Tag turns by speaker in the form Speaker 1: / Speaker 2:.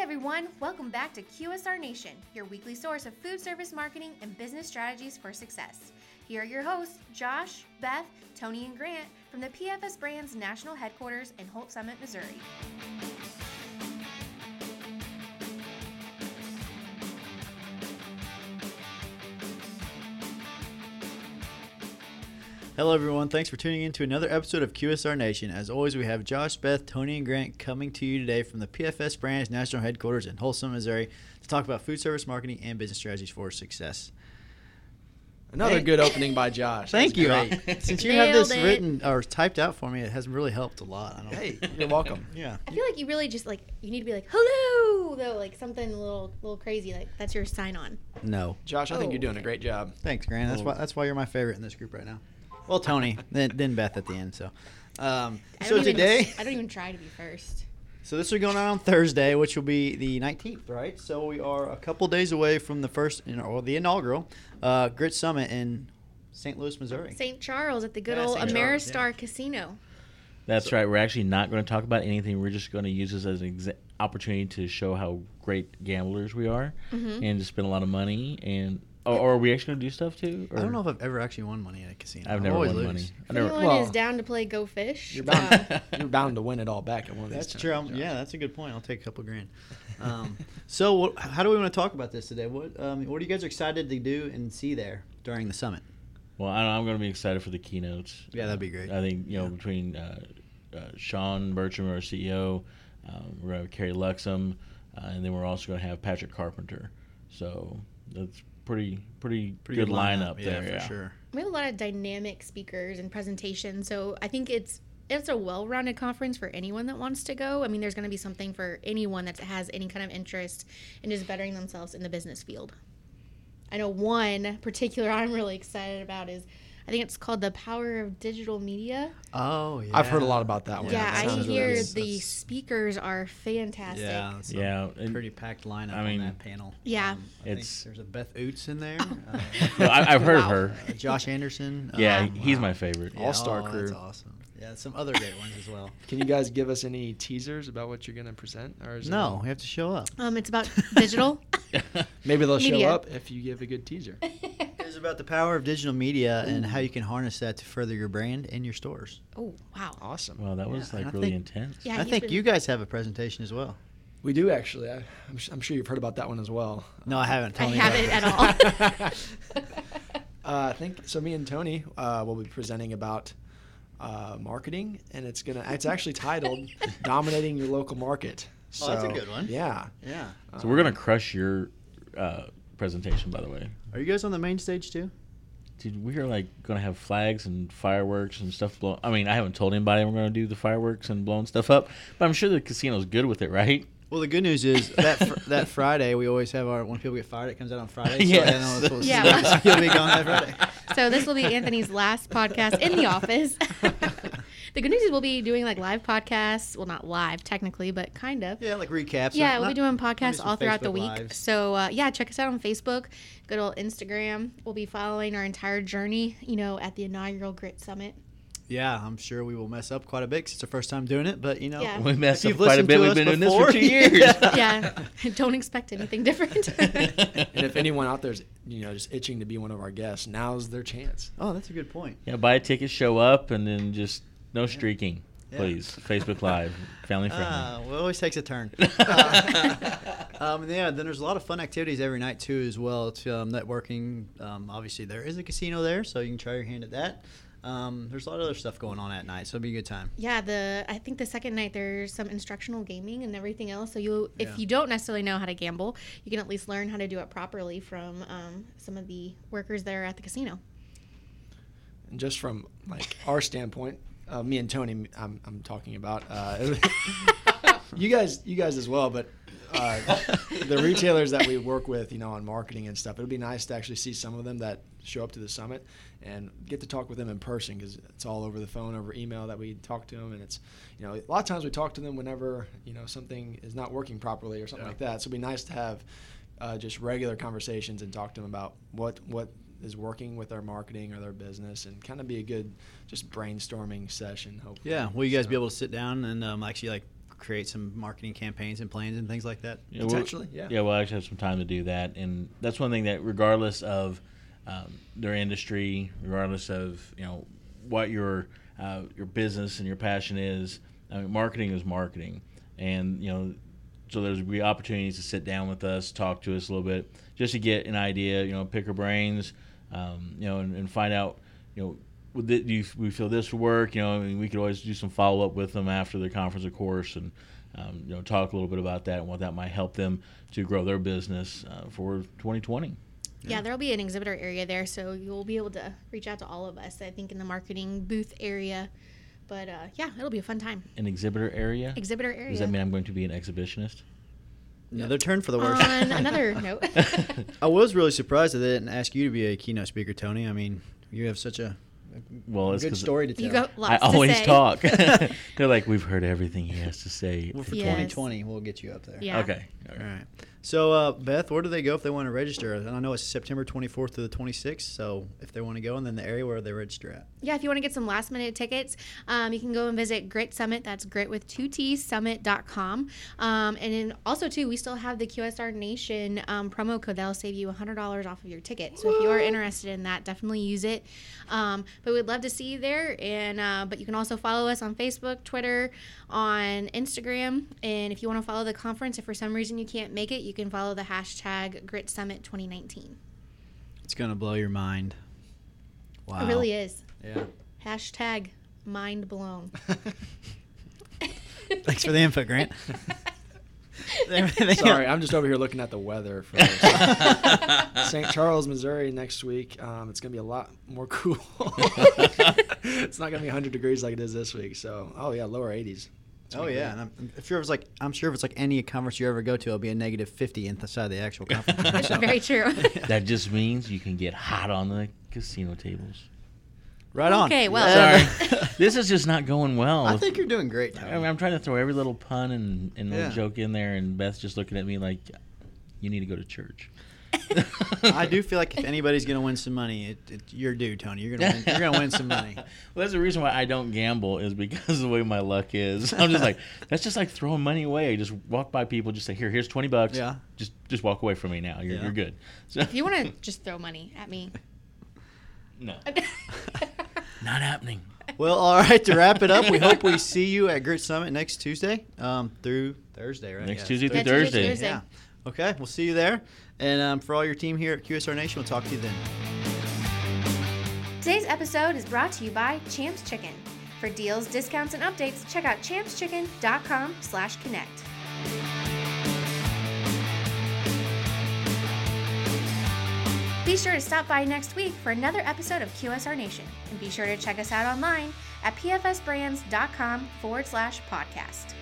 Speaker 1: everyone. Welcome back to QSR Nation, your weekly source of food service marketing and business strategies for success. Here are your hosts, Josh, Beth, Tony, and Grant from the PFS Brands National Headquarters in Holt Summit, Missouri.
Speaker 2: Hello, everyone. Thanks for tuning in to another episode of QSR Nation. As always, we have Josh, Beth, Tony, and Grant coming to you today from the PFS Brands National Headquarters in Folsom, Missouri, to talk about food service marketing and business strategies for success.
Speaker 3: Another
Speaker 2: Hey.
Speaker 3: good opening by Josh.
Speaker 2: Thank you.
Speaker 3: That's
Speaker 2: I-
Speaker 3: great.
Speaker 2: Since you have this
Speaker 1: Nailed it.
Speaker 2: written or typed out for me, it has really helped a lot. I don't
Speaker 3: hey, you're welcome.
Speaker 2: Yeah.
Speaker 4: I feel like you really just like you need to be like hello though like something a little little crazy like that's your sign on.
Speaker 2: No.
Speaker 3: Josh, I think
Speaker 4: Oh,
Speaker 3: you're doing a great job.
Speaker 2: Thanks, Grant. That's why that's why you're my favorite in this group right now. Well, Tony, then, then Beth at the end. So, um,
Speaker 4: I
Speaker 2: so
Speaker 4: don't even-
Speaker 2: today,
Speaker 4: I don't even try to be first.
Speaker 2: So this is going on on Thursday, which will be the 19th, right? So we are a couple days away from the first or the inaugural uh, Grit Summit in St. Louis, Missouri.
Speaker 4: St. Charles at the good
Speaker 3: Yeah,
Speaker 4: old
Speaker 3: St. Charles,
Speaker 4: Ameristar Casino.
Speaker 5: That's right. We're actually not going to talk about anything. We're just going to use this as an exa- opportunity to show how great gamblers we are, and to spend a lot of money. And or, or are we actually going to do stuff too? Or?
Speaker 2: I don't know if I've ever actually won money at a casino.
Speaker 5: I've
Speaker 2: I
Speaker 5: never
Speaker 2: always
Speaker 5: won
Speaker 2: lose.
Speaker 5: money. I never.
Speaker 4: Anyone
Speaker 3: well-
Speaker 4: is down to play Go Fish?
Speaker 3: You're
Speaker 4: Uh,
Speaker 3: bound, you're bound to win it all back at one of these
Speaker 2: That's true. I'm-
Speaker 3: times, Josh.
Speaker 2: Yeah, that's a good point. I'll take a couple grand. Um, so what, how do we want to talk about this today? What um, what are you guys excited to do and see there during the summit?
Speaker 5: Well, I don't, I'm going to be excited for the keynotes.
Speaker 2: Yeah, that'd be great.
Speaker 5: I think you know between uh, uh, Sean Bertram, our CEO, um, we're going to have Kerry Luxham, uh, and then we're also going to have Patrick Carpenter. So that's pretty pretty, good, lineup, there.
Speaker 2: yeah,
Speaker 5: yeah.
Speaker 2: for sure.
Speaker 4: we have a lot of dynamic speakers and presentations, so I think it's it's a well-rounded conference for anyone that wants to go. I mean, there's going to be something for anyone that has any kind of interest in just bettering themselves in the business field. I know one particular I'm really excited about is I think it's called the power of digital media.
Speaker 2: Oh, yeah.
Speaker 3: I've heard a lot about that one.
Speaker 2: Yeah,
Speaker 4: Yeah,
Speaker 2: that
Speaker 4: I
Speaker 2: sounds really
Speaker 4: hear
Speaker 2: good.
Speaker 4: the
Speaker 2: That's-
Speaker 4: speakers are fantastic.
Speaker 2: Yeah, that's a
Speaker 5: Yeah, and-
Speaker 2: pretty packed lineup
Speaker 5: I mean,
Speaker 2: on that panel. Um,
Speaker 4: Yeah.
Speaker 2: I think
Speaker 5: It's-
Speaker 2: there's a Beth Oots in there. uh,
Speaker 5: No, I, I've heard
Speaker 4: Wow.
Speaker 5: of her.
Speaker 2: Uh, Josh Anderson.
Speaker 5: Yeah,
Speaker 2: um,
Speaker 5: he's
Speaker 2: wow.
Speaker 5: my favorite.
Speaker 2: Yeah,
Speaker 3: All-star
Speaker 2: oh,
Speaker 3: crew.
Speaker 2: That's awesome. Yeah, some other great ones as well.
Speaker 3: Can you guys give us any teasers about what you're going to present? Or is it-
Speaker 2: No, we have to show up.
Speaker 4: Um, it's about digital.
Speaker 3: Maybe they'll show
Speaker 4: Media.
Speaker 3: up if you give a good teaser.
Speaker 2: It is about the power of digital media and how you can harness that to further your brand and your stores.
Speaker 4: Oh wow!
Speaker 3: Awesome.
Speaker 5: Wow, that
Speaker 2: Yeah,
Speaker 5: was
Speaker 2: and I
Speaker 5: like really
Speaker 2: think-
Speaker 5: intense.
Speaker 4: Yeah,
Speaker 2: I
Speaker 4: he's
Speaker 2: think
Speaker 4: been-
Speaker 2: you guys have a presentation as well.
Speaker 3: We do actually. I, I'm, su- I'm sure you've heard about that one as well.
Speaker 2: No, I haven't.
Speaker 4: I
Speaker 2: Tell me about
Speaker 4: haven't
Speaker 2: it.
Speaker 4: at all.
Speaker 3: Uh, I think so. Me and Tony uh, will be presenting about uh, marketing, and it's gonna. It's actually titled "Dominating Your Local Market." So,
Speaker 2: Oh, that's a good one.
Speaker 3: Yeah,
Speaker 2: Yeah.
Speaker 5: So we're gonna crush your uh, presentation, by the way.
Speaker 2: Are you guys on the main stage too?
Speaker 5: Dude, we are like gonna have flags and fireworks and stuff blown. I mean, I haven't told anybody we're gonna do the fireworks and blowing stuff up, but I'm sure the casino's good with it, right?
Speaker 2: Well, the good news is that fr- that Friday we always have our when people get fired, it comes out on Friday. So
Speaker 5: Yes.
Speaker 2: I know it's-
Speaker 4: Yeah.
Speaker 2: you'll be gone that Friday.
Speaker 4: so this will be Anthony's last podcast in the office. the good news is we'll be doing like live podcasts. Well, not live technically, but kind of.
Speaker 2: Yeah, like recaps.
Speaker 4: Yeah, we'll
Speaker 2: Not-
Speaker 4: be doing
Speaker 2: maybe
Speaker 4: podcasts
Speaker 2: some
Speaker 4: all throughout the
Speaker 2: Facebook
Speaker 4: week.
Speaker 2: Lives.
Speaker 4: So uh, yeah, check us out on Facebook, good old Instagram. We'll be following our entire journey, you know, at the inaugural Grit Summit.
Speaker 2: Yeah, I'm sure we will mess up quite a bit 'cause it's our first time doing it, but you know,
Speaker 4: Yeah.
Speaker 5: We messed
Speaker 2: If
Speaker 5: up
Speaker 2: you've
Speaker 5: quite a
Speaker 2: listened to
Speaker 5: bit. We've
Speaker 2: us
Speaker 5: been doing this
Speaker 2: before,
Speaker 5: for two years.
Speaker 4: Yeah, don't expect anything different.
Speaker 3: And if anyone out there's you know just itching to be one of our guests, now's their chance.
Speaker 2: Oh, that's a good point.
Speaker 5: yeah, buy a ticket, show up, and then just no streaking,
Speaker 2: Yeah.
Speaker 5: please. Facebook Live, family friendly.
Speaker 2: Uh, well, it always takes a turn. Uh, um, and yeah, then there's a lot of fun activities every night too, as well. It's um, networking. Um, obviously, there is a casino there, so you can try your hand at that. Um, there's a lot of other stuff going on at night, so it'll be a good time.
Speaker 4: Yeah, the I think the second night there's some instructional gaming and everything else. So you, if
Speaker 2: Yeah.
Speaker 4: you don't necessarily know how to gamble, you can at least learn how to do it properly from um, some of the workers that are at the casino.
Speaker 3: And just from like our standpoint, uh, me and Tony, I'm, I'm talking about uh, you guys, you guys as well, but uh, the retailers that we work with, you know, on marketing and stuff. It'll be nice to actually see some of them that show up to the summit and get to talk with them in person because it's all over the phone, over email that we talk to them, and it's you know a lot of times we talk to them whenever you know something is not working properly or something like that. So it'd be nice to have uh, just regular conversations and talk to them about what what is working with their marketing or their business and kind of be a good just brainstorming session hopefully
Speaker 2: Yeah, will you guys be able to sit down and um, actually like create some marketing campaigns and plans and things like that.
Speaker 5: Yeah, we'll-
Speaker 3: Potentially, yeah.
Speaker 5: Yeah, we'll actually have some time to do that, and that's one thing that, regardless of um, their industry, regardless of you know what your uh, your business and your passion is, I mean, marketing is marketing, and you know, so there's be opportunities to sit down with us, talk to us a little bit, just to get an idea, you know, pick our brains, um, you know, and, and find out, you know. would thi- Do you, we feel this would work? You know, I mean, we could always do some follow up with them after the conference, of course, and um, you know, talk a little bit about that and what that might help them to grow their business uh, for 2020.
Speaker 4: Yeah, there'll be an exhibitor area there, so you'll be able to reach out to all of us, I think, in the marketing booth area. But uh, yeah, it'll be a fun time.
Speaker 5: An exhibitor area?
Speaker 4: Exhibitor area.
Speaker 5: Does that mean I'm going to be an exhibitionist?
Speaker 2: Another turn for the worse.
Speaker 4: On another note,
Speaker 2: I was really surprised that they didn't ask you to be a keynote speaker, Tony. I mean, you have such a
Speaker 5: Well, it's
Speaker 2: good
Speaker 5: 'cause
Speaker 2: story to tell.
Speaker 4: you got
Speaker 5: I
Speaker 4: lots to
Speaker 5: always
Speaker 4: say.
Speaker 5: talk. They're like, we've heard everything he has to say.
Speaker 2: Well, for
Speaker 4: Yes.
Speaker 2: 2020, we'll get you up there.
Speaker 4: Yeah.
Speaker 5: Okay. All
Speaker 2: All
Speaker 5: right.
Speaker 2: right. So, uh, Beth, where do they go if they want to register? And I know it's September 24th to the 26th. So, if they want to go, and then the area where they register at.
Speaker 4: Yeah, if you want to get some last minute tickets, um, you can go and visit Grit Summit. That's grit with two T's, summit.com. Um, and then also, too, we still have the QSR Nation um, promo code that'll save you $100 off of your ticket. So if you are interested in that, definitely use it. Um, but we'd love to see you there. And uh, But you can also follow us on Facebook, Twitter, on Instagram. And if you want to follow the conference, if for some reason you can't make it, you can follow the hashtag Grit Summit 2019.
Speaker 2: It's gonna blow your mind. Wow.
Speaker 4: It really is.
Speaker 2: Yeah.
Speaker 4: Hashtag mind blown.
Speaker 2: Thanks for the input, Grant. Everything-
Speaker 3: Sorry, I'm just over here looking at the weather for this. St. Charles, Missouri next week. Um, it's going to be a lot more cool. it's not going to be 100 degrees like it is this week. So, oh, yeah, lower 80s. It's
Speaker 2: Oh
Speaker 3: gonna be
Speaker 2: yeah, and I'm, if you're like, I'm sure if it's like any conference you ever go to, it'll be a negative 50 inside the actual conference. room, so.
Speaker 4: Very true.
Speaker 5: That just means you can get hot on the casino tables.
Speaker 2: Right on.
Speaker 4: Okay, well-
Speaker 5: Sorry.
Speaker 4: Uh,
Speaker 5: this is just not going well.
Speaker 2: I think you're doing great.
Speaker 5: I mean,
Speaker 2: Tony.
Speaker 5: I'm trying to throw every little pun and, and little
Speaker 2: Yeah.
Speaker 5: joke in there, and Beth's just looking at me like, you need to go to church.
Speaker 2: I do feel like if anybody's gonna win some money, it, it, you're due, Tony. You're gonna win, you're gonna win some money.
Speaker 5: well, that's the reason why I don't gamble is because of the way my luck is. I'm just like that's just like throwing money away. I just walk by people, just say, "Here, here's twenty bucks.
Speaker 2: Yeah.
Speaker 5: just just walk away from me now. You're,
Speaker 2: Yeah.
Speaker 5: you're good." So
Speaker 4: if you want to just throw money at me.
Speaker 5: no, not happening.
Speaker 2: Well, all right. To wrap it up, we hope we see you at Grit Summit next Tuesday um, through Thursday, right?
Speaker 5: Next
Speaker 2: Yeah,
Speaker 5: Tuesday through
Speaker 4: Next Tuesday,
Speaker 5: Thursday.
Speaker 4: Thursday.
Speaker 2: Yeah. Okay, we'll see you there. And um, for all your team here at QSR Nation, we'll talk to you then.
Speaker 1: Today's episode is brought to you by Champs Chicken. For deals, discounts, and updates, check out champschicken.com slash connect. Be sure to stop by next week for another episode of QSR Nation. And be sure to check us out online at pfsbrands.com forward slash podcast.